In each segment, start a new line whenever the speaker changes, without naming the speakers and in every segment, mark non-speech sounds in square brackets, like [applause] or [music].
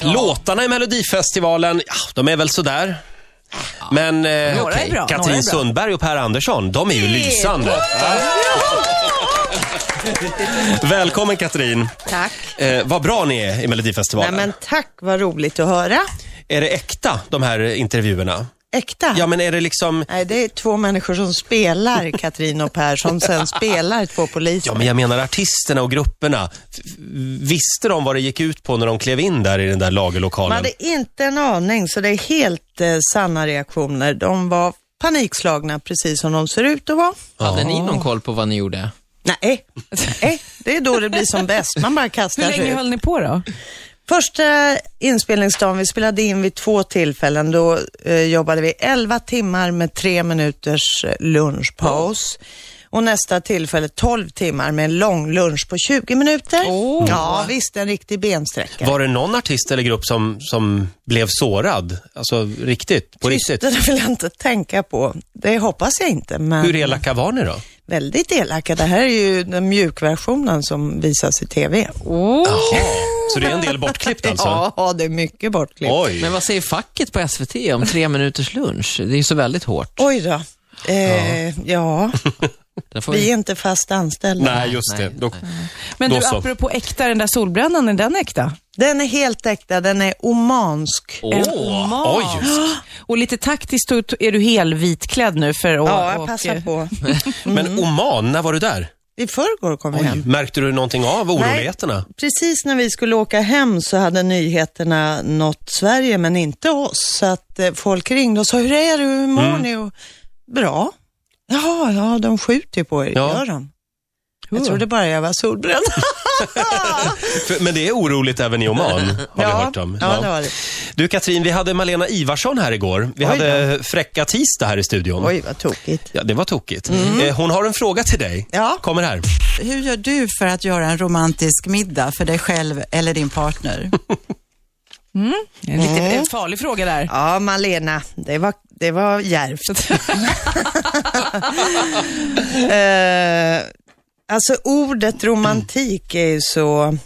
låtarna i Melodifestivalen, ja, de är väl sådär. Men eh,
Några är
okej,
bra, några
Katrin
är bra.
Sundberg och Per Andersson, de är ju lysande. [laughs] Välkommen Katrin.
Tack.
Eh, vad bra ni är i
Nej
Melodifestivalen.
men tack, vad roligt att höra.
Är det äkta, de här intervjuerna?
Äkta.
Ja, men är det liksom...
Nej, det är två människor
[laughs]
som spelar, Katrin och Per, som sen spelar två poliser.
Ja, men jag menar artisterna och grupperna. F- f- Visste de vad det gick ut på när de klev in där i den där
Man
lagerlokalen?
hade inte en aning, så det är helt eh, sanna reaktioner. De var panikslagna, precis som de ser ut att vara.
Hade ni någon koll på vad ni gjorde?
[laughs]
Nej, Nej det är då det blir som bäst. Man bara kastar
Hur
sig
länge
ut.
höll ni på då?
Första inspelningsdagen, vi spelade in vid två tillfällen, då eh, jobbade vi 11 timmar med tre minuters eh, lunchpaus. Och nästa tillfälle 12 timmar med en lång lunch på 20 minuter. Ja, visst, en riktig bensträckare.
Var det någon artist eller grupp som, som blev sårad? Alltså riktigt, på
Det
riktigt?
vill jag inte tänka på. Det hoppas jag inte, men
Hur elaka var ni då?
väldigt elaka. Det här är ju den mjukversionen som visas i TV.
Jaha, så det är en
[laughs]
del bortklippt alltså?
Ja, det är mycket bortklippt.
Oj.
Men vad säger facket på SVT om tre minuters lunch? Det är ju så väldigt hårt.
Oj då. Eh,
[laughs]
ja.
Där får
vi är inte fast anställda.
Nej, just det. Då,
Men
Då
du,
så.
apropå äkta, den där solbrännan, är den äkta?
Den är helt äkta, den är omansk.
Åh,
En oman.
oj.
Och lite taktiskt så är du helvitklädd nu för att...
Ja, jag
och-
passar
[laughs]
på. Mm.
Men Oman, när var du där?
I förrgår kom jag hem.
Märkte du någonting av oroligheterna?
Precis när vi skulle åka hem så hade nyheterna nått Sverige men inte oss. Så att eh, folk ringde och sa, hur är det, hur mår
Mm.
ni? Och, Bra. Jaha, ja, de skjuter ju på er.
Ja.
Gör de? Jag trodde bara jag var solbränd.
För, men det är oroligt även i Oman, [laughs] har vi
ja,
hört om.
ja,
Ja.
det var det.
Du Katrin, vi hade Malena Ivarsson här igår. Vi
Oj
hade Fräcka Tisdag här i studion.
Oj, vad tokigt.
Ja, det var tokigt. Eh, Hon har en fråga till dig.
Ja.
Kommer här.
Hur gör du för att göra en romantisk middag för dig själv eller din partner?
En lite
Mm.
en farlig fråga där.
Ja, Malena, det var, det
[laughs]
var djärvt. eh, alltså ordet romantik är ju så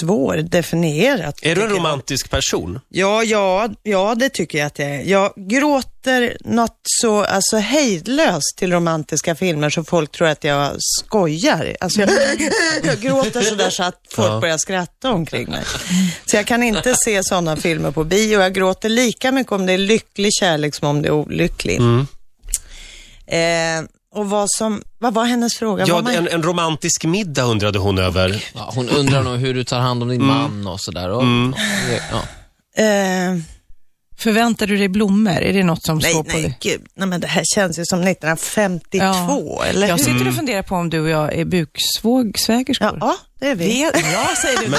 svårdefinierat.
Är du en
tycker jag.
romantisk person?
Ja, ja, ja, det tycker jag att jag är. Jag gråter något så alltså, hejdlöst till romantiska filmer så folk tror att jag skojar. Alltså, jag, jag gråter sådär så att folk börjar skratta omkring mig. Så jag kan inte se sådana filmer på bio. Jag gråter lika mycket om det är lycklig kärlek som om det är olycklig.
Mm.
Eh, och vad som, vad var hennes fråga?
Ja,
Vad man-
en, en romantisk middag undrade hon över.
Ja, hon undrar nog hur du tar hand om din man och sådär. Och, ja.
eh,
Förväntar du dig blommor? Är det något som står
nej,
på dig?
nej, gud. Nej, men det här känns ju som 1952, eller
Jag
hur?
sitter och funderar på om du och jag är buksvågsvägerskor.
Ja, det är vi.
Det är bra, säger du det.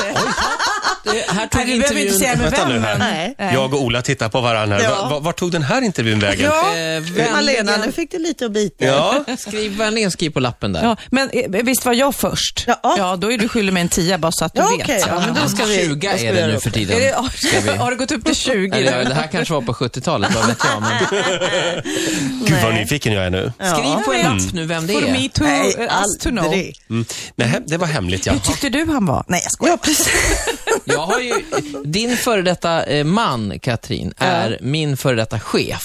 Det, här tog
Nej, du behöver inte
intervjun...
säga med
Vänta
vem,
nu här.
men-
Nej.
Jag och Ola tittar på varandra. här.
Ja.
Va, va, vart tog den här intervjun vägen?
Ja,
Eh, vänligen-
Malena, nu fick du lite att bita i.
Ja.
Skriv vänligen skriv på lappen där.
Ja, men eh, visst var jag först?
Ja.
ja då är du skyldig mig en tia bara så att du
Ja,
vet.
okej, ja, men då ska vi...
20
då ska
är
vi
det
göra
nu
upp.
för tiden.
Är det,
Ska
[laughs]
vi-
har det gått upp till 20?
Eller, det här kanske var på 70-talet, vad vet jag. Men...
Gud vad nyfiken jag är nu.
Skriv på en lapp nu vem det
For
är.
me to,
Nej,
eh, us to know.
aldrig.
Mm. Nej, det var hemligt ja.
Hur tyckte du han var? Nej, jag skojar.
Ja, precis.
Jag har ju, din före detta eh, man, Katrin, är min före detta chef.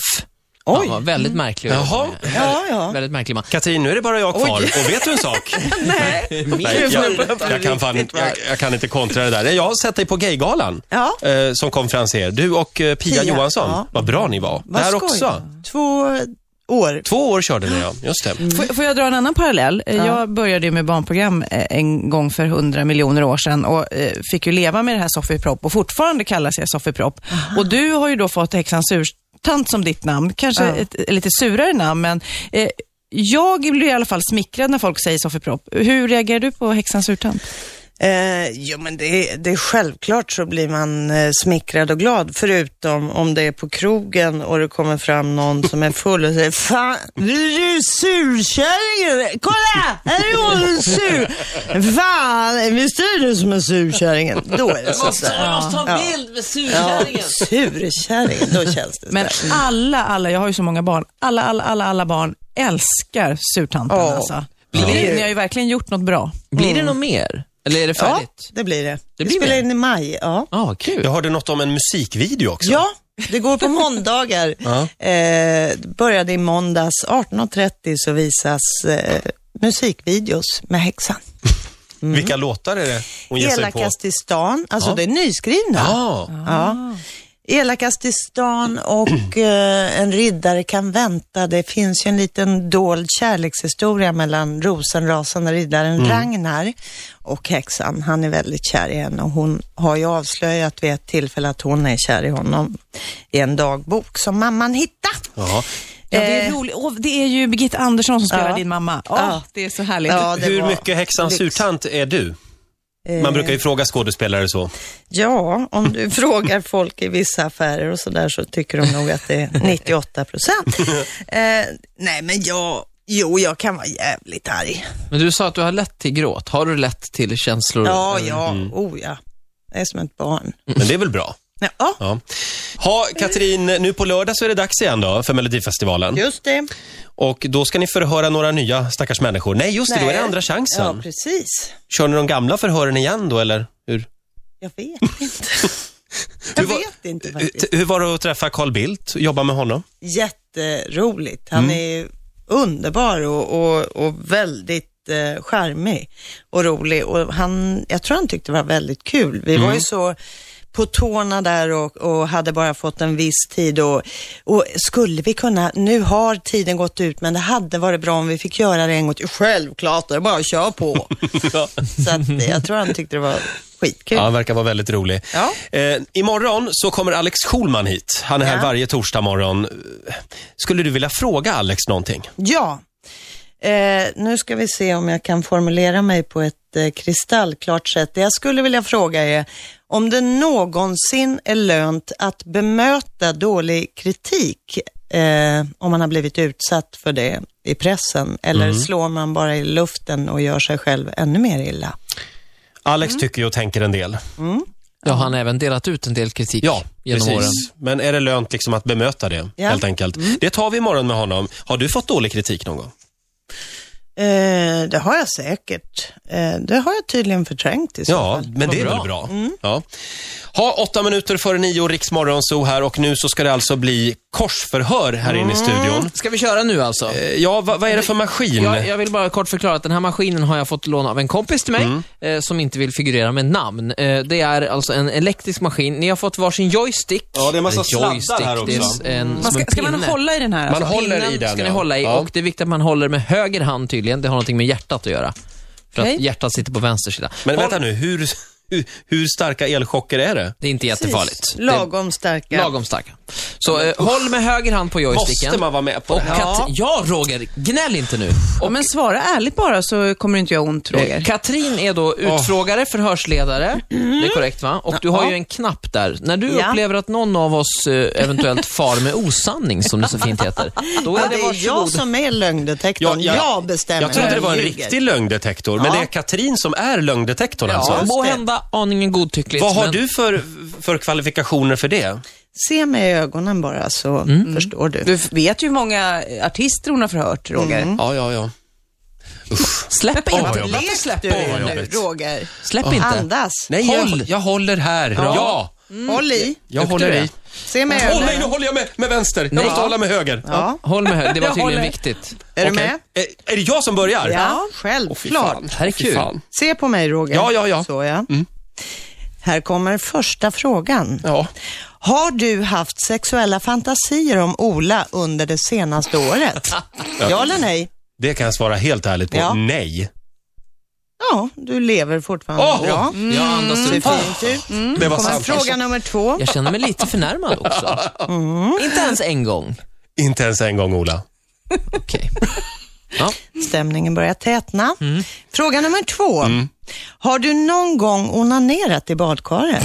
Han var väldigt märklig. att jobba
Jaha.
med.
Ja, ja.
Väldigt märklig man.
Katrin, nu är det bara jag kvar. Och vet du en
[laughs]
sak? Nej, jag, jag, kan fan inte, jag, jag kan inte kontra det där. Jag har sett dig på Gaygalan
[laughs] Ja.
eh, som konferenser. Du och eh, Pia,
Pia,
Johansson.
ja.
Vad bra ni var. Där
skoj.
också.
Två år.
Två år körde ni ja, just det.
Mm.
Får, får jag dra en annan parallell? Eh, Jag började ju med barnprogram eh, en gång för hundra miljoner år sedan och eh, fick ju leva med det här Soffipropp och fortfarande kallas jag Soffipropp. Och du har ju då fått häxan surtant som ditt namn, kanske ett, ett lite surare namn, men eh, jag blir i alla fall smickrad när folk säger Soffipropp. Hur reagerar du på häxan surtant?
Eh, jo, men det, är- det är självklart så blir man eh, smickrad och glad, förutom om det är på krogen och det kommer fram någon som är full och säger Fan, du är ju surkärringen! Kolla! Här är hon sur! Fan, visst är det du som är surkärringen? Då är det så där.
Jag måste ta en bild med
Ja,
surkärringen.
surkärringen, då känns det
Men
sådär.
alla, alla, jag har ju så många barn, alla, alla, alla, alla barn älskar surtanten
Ja.
alltså.
Blir det ju-
Ni har ju verkligen gjort något bra.
Blir det något mer? Eller är det färdigt?
Ja, det blir det.
Det
det
blir
vi spelar
det.
in i maj. Ja.
Ja, ah, kul.
Jag hörde något om en musikvideo också.
ja, det
[laughs]
går på måndagar. eh, började i måndags. 18.30 så visas eh, musikvideos med häxan.
Vilka låtar är det hon ger sig på?
Elakast i stan. Alltså det är nyskrivna.
Ja,
Ja. Ah. Elakast i stan och [clears throat] eh, en riddare kan vänta. Det finns ju en liten dold kärlekshistoria mellan rosenrasande riddaren Ragnar och häxan. Han är väldigt kär i henne och hon har ju avslöjat vid ett tillfälle att hon är kär i honom i en dagbok som mamman hittade.
ja.
Ja, det, är roligt. Åh, det är ju Birgitta Andersson som spelar
Ja.
din mamma. Åh,
Ja.
Det är så härligt.
Ja, det
Hur
var
mycket häxans
lyx. Eh.
surtant är du? Man brukar ju fråga skådespelare så.
Ja, om du frågar folk i vissa affärer och sådär så tycker de nog att det är 98 procent. eh, nej, men jag, jo, jag kan vara jävligt arg.
Men du sa att du har lätt till gråt. Har du lätt till känslor?
Mm.
Ja, ja, oh ja. Jag är som ett barn.
Men det är väl bra.
Ja, ja,
Ja. Ha, Katrin, nu på lördag så är det dags igen då för Melodifestivalen.
just det.
Och då ska ni förhöra några nya stackars människor. Nej, just det, då är det
Nej.
andra
Ja,
chansen.
precis.
Kör ni de gamla förhören igen då, eller hur?
Jag
[laughs]
vet inte. jag
var- Eh,
vet inte faktiskt.
Hur- Hur var det att träffa Carl Bildt och jobba med
[laughs]
honom?
Jätteroligt. Han är ju underbar och, och, och väldigt eh, charmig och rolig. Och han, jag tror han tyckte det var väldigt kul. Vi var ju så på tårna där och, och hade bara fått en viss tid och, och skulle vi kunna, nu har tiden gått ut men det hade varit bra om vi fick göra det en gång till. Självklart, det är bara att köra på. Så att, jag tror han tyckte det var skitkul.
Ja, han verkar vara väldigt rolig.
Ja.
Eh, imorgon så kommer Alex Schulman hit. Han är här
Ja.
varje torsdag morgon. Eh, Skulle du vilja fråga Alex någonting?
Ja. Eh, nu ska vi se om jag kan formulera mig på ett eh, kristallklart sätt. Det jag skulle vilja fråga är om det någonsin är lönt att bemöta dålig kritik eh, om man har blivit utsatt för det i pressen eller
Mm.
slår man bara i luften och gör sig själv ännu mer illa?
Alex
Mm.
tycker ju och tänker en del.
Ja, han har även delat ut en del kritik
Ja,
genom
precis.
åren.
Men är det lönt liksom att bemöta det,
Ja. Mm.
helt enkelt? Det tar vi imorgon med honom. Har du fått dålig kritik någon gång?
Eh, det har jag säkert. Eh, det har jag tydligen förträngt i så
Ja,
fall.
men det är
bra.
väl bra.
Mm.
Ja. Ha åtta minuter före nio, Riksmorgon så här och nu så ska det alltså bli korsförhör här inne i
Mm.
studion.
Ska vi köra nu alltså?
Eh, Ja, vad, vad är det för maskin?
Jag, jag vill bara kort förklara att den här maskinen har jag fått låna av en kompis till mig, eh, som inte vill figurera med namn. Eh, det är alltså en elektrisk maskin. Ni har fått varsin joystick.
Ja, det är en massa
Eller
sladdar
joystick,
här också.
Det är s- en,
Man
som
ska,
en
ska
pinne.
man hålla i den här? Alltså?
Man håller
Pinnen
i den,
ska ni
ja.
hålla i
Ja.
och det är viktigt att man håller med höger hand tydligen. Det har någonting med hjärtat att göra. För
Okej.
att hjärtat sitter på vänster sida.
Men
Håll-
vänta nu, hur, hur, hur starka elchocker är det?
Det är inte jättefarligt. Det är
Lagom starka.
Lagom starka. Så eh, håll med höger hand på joysticken.
Måste man vara med på
och
det här?
Kat- ja, Roger, gnäll inte nu.
Ja, men svara ärligt bara så kommer inte jag ont, Roger.
Eh, Katrin är då utfrågare, förhörsledare. Det är korrekt va? Och du har ju en knapp där. När du
Ja.
upplever att någon av oss eh, eventuellt far med osanning, som det så fint heter, då
Ja, det
är det
är jag
varsågod.
som är lögndetektorn.
Ja,
Jag,
jag-
bestämmer.
Jag trodde det var en
vem
riktig
ljuger.
lögndetektor, men
Ja.
det är Katrin som är lögndetektorn
Ja,
alltså.
må hända aningen godtyckligt.
Vad har
men-
du för, för kvalifikationer för det?
Se mig i ögonen bara så
Mm.
förstår du.
Du vet ju hur många artister hon har förhört, Roger.
Ja, ja, ja.
Släpp
Åh, vad
inte.
jobbigt.
Varför
Du
släpper du?
vad
är nu,
jobbigt.
Roger.
Släpp inte.
Andas. Mm.
Nej,
Håll.
Jag, jag håller här. Ja,
Håll i.
jag håller i.
Se mig i
Åh nej, nu
ögonen.
håller jag med, med vänster. Jag
Nej.
måste hålla med höger.
Mm. Ja.
Håll med höger. Det var
Jag
tydligen
håller.
viktigt.
Är du
Okej.
med?
Eh, Är det jag som börjar?
Ja,
Åh, fy
självklart.
fan.
Det här är
Fy
kul.
fan.
Se på mig Roger.
Ja, ja, Mm. ja.
Så ja. Här kommer första frågan.
Ja.
Har du haft sexuella fantasier om Ola under det senaste
[laughs]
året? ja eller nej?
Det kan jag svara helt ärligt på.
Ja.
Nej.
Ja, du lever fortfarande
Åh! Mm.
bra.
Jag andas
Ser
ut.
fint ut.
Det var
Mm. Kommer
sant.
fråga nummer två.
Jag känner mig lite förnärmad också. Inte ens en gång.
Inte ens en gång Ola.
Okej.
Stämningen börjar tätna.
Mm.
Fråga nummer två. Har du någon gång onanerat i badkaret?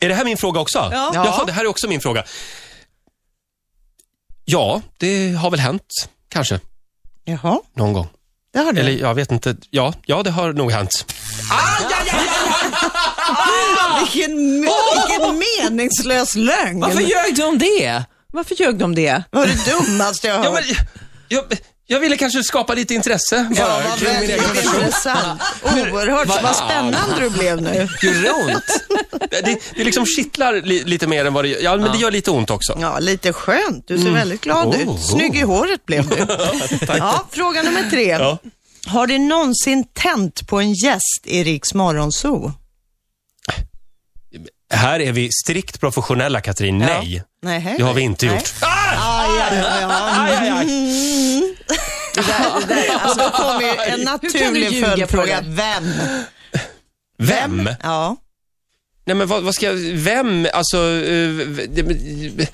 Är det här min fråga också? Ja. Jaha, det här är också min fråga. Ja, det har väl hänt. Kanske.
Jaha,
Någon gång.
det har du.
Eller jag vet inte. Ja, ja det har nog hänt.
Vilken, me- vilken meningslös lögn.
Varför ljög du om det?
Varför ljög de det?
Vad var det dummaste jag har
Ja,
hört.
men, ja, Jag ville kanske skapa lite intresse bara
vad
kring min egen
väldigt
person. [laughs]
intressant. Oerhört. Vad spännande du blev nu.
Gjorde det ont?
Det, det liksom kittlar li, lite mer än vad det gör. Ja, men det gör lite ont också.
Ja, lite skönt. Du ser väldigt glad
Oh,
ut. Snygg i håret
[laughs]
blev du. ja, fråga nummer tre.
Ja.
Har du någonsin tänt på en gäst i Riks Morgonzoo?
Här är vi strikt professionella, Katrin. Nej,
Nej, hej.
det har vi inte
Nej.
gjort. Ah!
Aj, aj, aj, aj.
Aj, aj, aj.
Det där, det där. Alltså, det kommer ju en naturlig
ljuga på
följdfråga.
det?
Vem?
Vem?
Ja.
Nej, men vad, vad ska jag... Vem? Alltså... eh, v- det- men-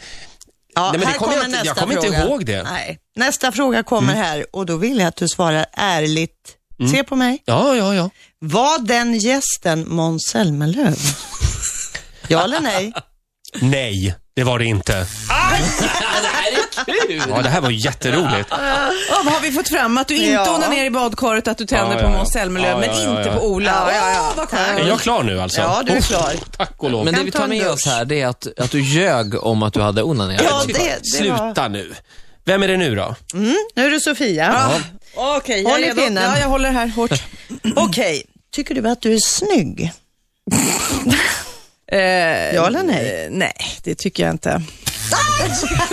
Nej,
ja
men det
här
kommer jag inte- jag kommer inte
fråga.
ihåg det. Mm.
Nej. Nästa fråga kommer här och då vill jag att du svarar ärligt. Se på mig.
Ja, ja, ja.
Var den gästen Måns
[laughs]
Zelmerlöw? ja eller nej?
Nej, det var det inte. Ja, det här var jätteroligt.
Ja, vad har vi fått fram? Att du inte
Ja.
onanerar i badkaret, att du tänder
Ja,
på
ja, ja.
Måns Zelmerlöw,
Ja,
men
ja, ja,
inte
ja.
på Ola.
Ja, ja, ja.
Åh, vad skönt.
Är jag klar nu alltså?
Ja, du är klar.
Tack och lov.
Men det
Kan
vi
ta
tar
en
med
dusch.
oss här, det är att, att du ljög om att du hade onanerat.
Ja, det- det var-
Sluta nu. Vem är det nu då?
Nu är det Sofia.
Okej,
Håll i
jag är redo.
pinnen.
Ja, jag håller här hårt.
[clears throat] Okej, tycker du att du är
[laughs]
snygg?
Eh,
Ja eller nej?
eh, nej, det tycker jag inte.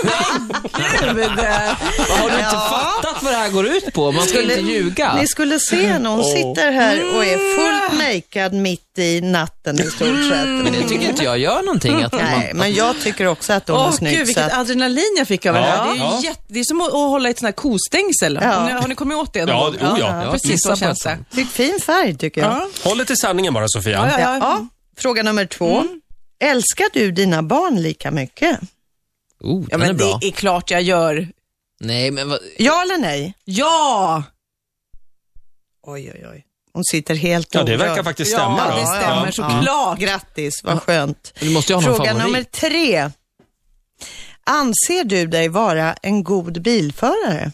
Men Gud! eh,
Har du inte fattat vad det här går ut på? Man ska inte ljuga.
Ni skulle se henne, hon sitter här och är fullt naked mitt i natten i stort sett.
Men det tycker inte jag gör någonting. Att man,
Nej, men jag tycker också att hon är
Åh
snygg.
gud,
så
vilket
att,
adrenalin jag fick av det här.
Ja.
Det är, ju
Ja.
jätte, det är som att, att hålla i ett sånt här kostängsel.
Ja.
Har, ni, har ni kommit åt det? någon
Ja,
gång?
o, ja.
Ja,
Precis
missa
så känns
på
det.
ett
fick fin färg tycker jag.
Ja.
Håll dig till sanningen bara, Sofia.
Ja,
Ja, ja.
ja. Fråga nummer två. Älskar du dina barn lika mycket?
Oh,
Ja,
den är
men
bra.
det är klart jag gör.
Nej, men vad...
Ja eller nej?
Ja!
Oj, oj, oj. Hon sitter helt
Ja, det
orörd.
verkar faktiskt stämma.
Ja,
då.
det stämmer såklart.
Grattis, vad skönt.
Du måste ju ha någon
Fråga
favorit.
nummer tre. Anser du dig vara en god bilförare?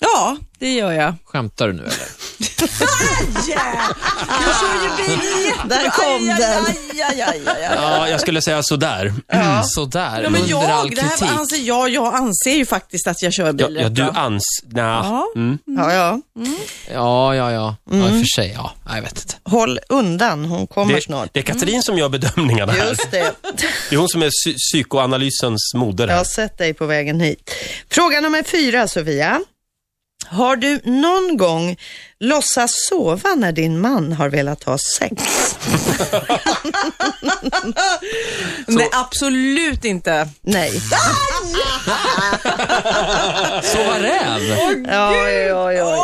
Ja, det gör jag.
Skämtar du nu eller?
Jag kör ju bil
Ah. Där kom den.
Ja, jag skulle säga sådär.
Mm, Sådär,
Ja, men
under all
jag, det
kritik.
här anser jag, jag anser ju faktiskt att jag kör
Ja,
bil
ja,
rätt
du
bra.
ans... Nja.
Ja.
Mm.
Ja, ja.
Ja, ja, ja. Ja, i och
Mm.
för sig. Ja, Nej, jag vet inte.
Håll undan, hon kommer
Det,
snart.
det är Katrin som gör bedömningarna här.
Just det,
Det är hon som är psy- psykoanalysens moder.
jag har
Här.
sett dig på vägen hit. Fråga nummer fyra, Sofia. Har du någon gång låtsas sova när din man har velat ha sex?
Nej, absolut inte.
Nej.
Sova räv.
Ah,
Ja, oj, oj, oj.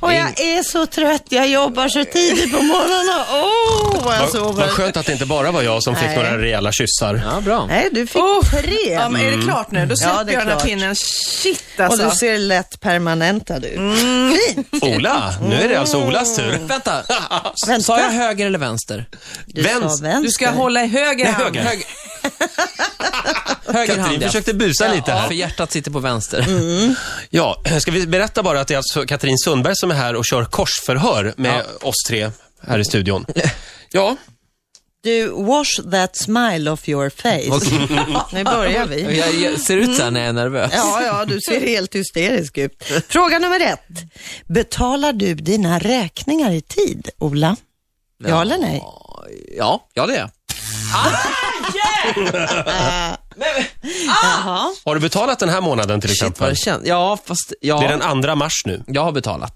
Och jag är så trött, jag jobbar så tidigt på morgonen. Åh, vad jag
Vad, vad
sover.
skönt att det inte bara var jag som fick
Nej.
några rejäla kyssar.
Ja, bra.
Nej, du fick tre.
Ja, men är det klart nu? Då släpper
Ja, det är
jag den här
klart.
pinnen. Shit
Och
alltså.
du ser lätt permanentad ut. Fint.
Ola, nu är det alltså Olas tur.
Vänta.
Vänta.
Sa jag höger eller vänster?
Du sa
Vänst-
vänster.
Du ska hålla i höger hand.
Höger.
Höger. [laughs] höger hand,
Katrin
ja.
försökte busa lite
Ja, för
här.
hjärtat sitter på vänster.
Mm.
Ja, ska vi berätta bara att det är alltså Katrin Sundberg som är här och kör korsförhör med oss tre här i studion. Ja,
Du, wash that smile off your face. Nu börjar vi.
Jag, jag ser ut så här när jag är nervös.
Ja, ja, du ser helt hysterisk ut. Fråga nummer ett. Betalar du dina räkningar i tid, Ola? Ja eller nej?
Ja, ja det är jag.
Jaha.
har du betalat den här månaden till
Shit vad
exempel?
det känns. Ja, fast
Det är
ja,
den andra mars nu.
jag har betalat.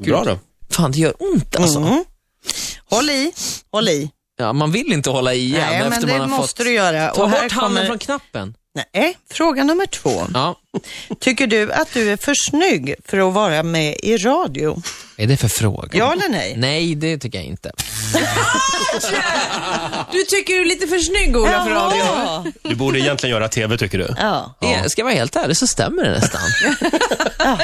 Bra då.
Fan, det gör ont alltså.
Håll i, håll i.
Ja, man vill inte hålla i igen
Nej,
efter
men
man
det
har
måste
fått...
du göra.
Ta
Och här
bort handen
kommer-
från knappen.
Nej, fråga nummer två.
Ja.
Tycker du att du är för snygg för att vara med i radio?
Är det för fråga?
Ja eller nej?
Nej, det tycker jag inte.
Du tycker du är lite för snygg Ola för radio.
Jaha.
Du borde egentligen göra TV tycker du.
Ja.
Ja. Ska jag vara helt ärlig så stämmer det nästan.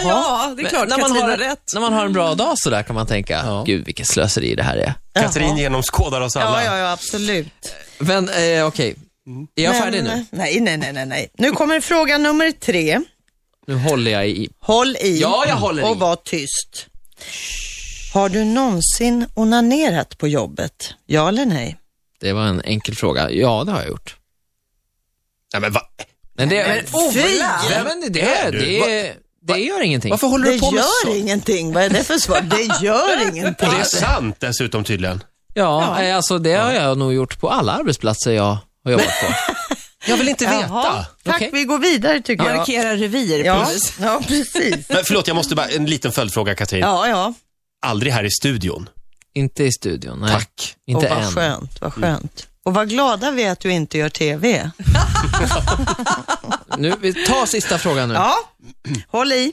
Ja, det är klart.
när, man
Katrin
har,
har rätt.
när man har en bra dag sådär kan man tänka, gud vilket slöseri det här är.
Katrin genomskådar oss alla.
Ja, ja, ja, absolut.
Men eh, okej, är jag färdig nu?
Nej, nej, nej, nej, nej. Nu kommer fråga nummer tre.
Nu håller jag i.
Håll i
Ja, jag håller i.
och var tyst. Har du någonsin onanerat på jobbet? Ja eller nej?
Det var en enkel fråga. Ja, det har jag gjort.
Nej, men va?
Men det...
Men Ola!
Nej, men det, det,
du?
det, Det gör ingenting.
Varför håller
Det
du på med
gör
sånt?
ingenting. Vad är det för svar? Det gör ingenting.
Och det är sant dessutom tydligen.
Ja, eh, alltså det har jag nog gjort på alla arbetsplatser jag har jobbat på.
Jag vill inte veta.
Tack,
Okej.
vi går vidare tycker jag.
Markera revir på
Ja,
något vis.
ja,
[laughs]
precis.
Men förlåt, jag måste bara, en liten följdfråga Katrin.
Ja, ja.
Aldrig här i studion.
Inte i studion, nej.
Tack.
Inte
och vad
än.
skönt, vad skönt. Och vad glada vi är att du inte gör TV.
Nu, vi tar sista frågan nu.
Ja, håll i.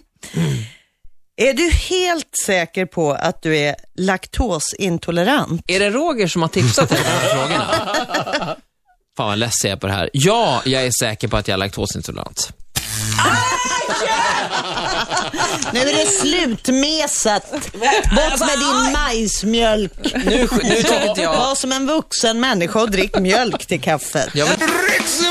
Är du helt säker på att du är laktosintolerant?
Är det Roger som har tipsat dig om de här frågorna? Fan vad less jag är på det här. Ja, jag är säker på att jag är laktosintolerant.
Nu är det slutmesat. Bort med din majsmjölk.
Nu, sk- nu tänker inte jag...
Var som en vuxen människa och drick mjölk till kaffet.
Jag vill,
Ritz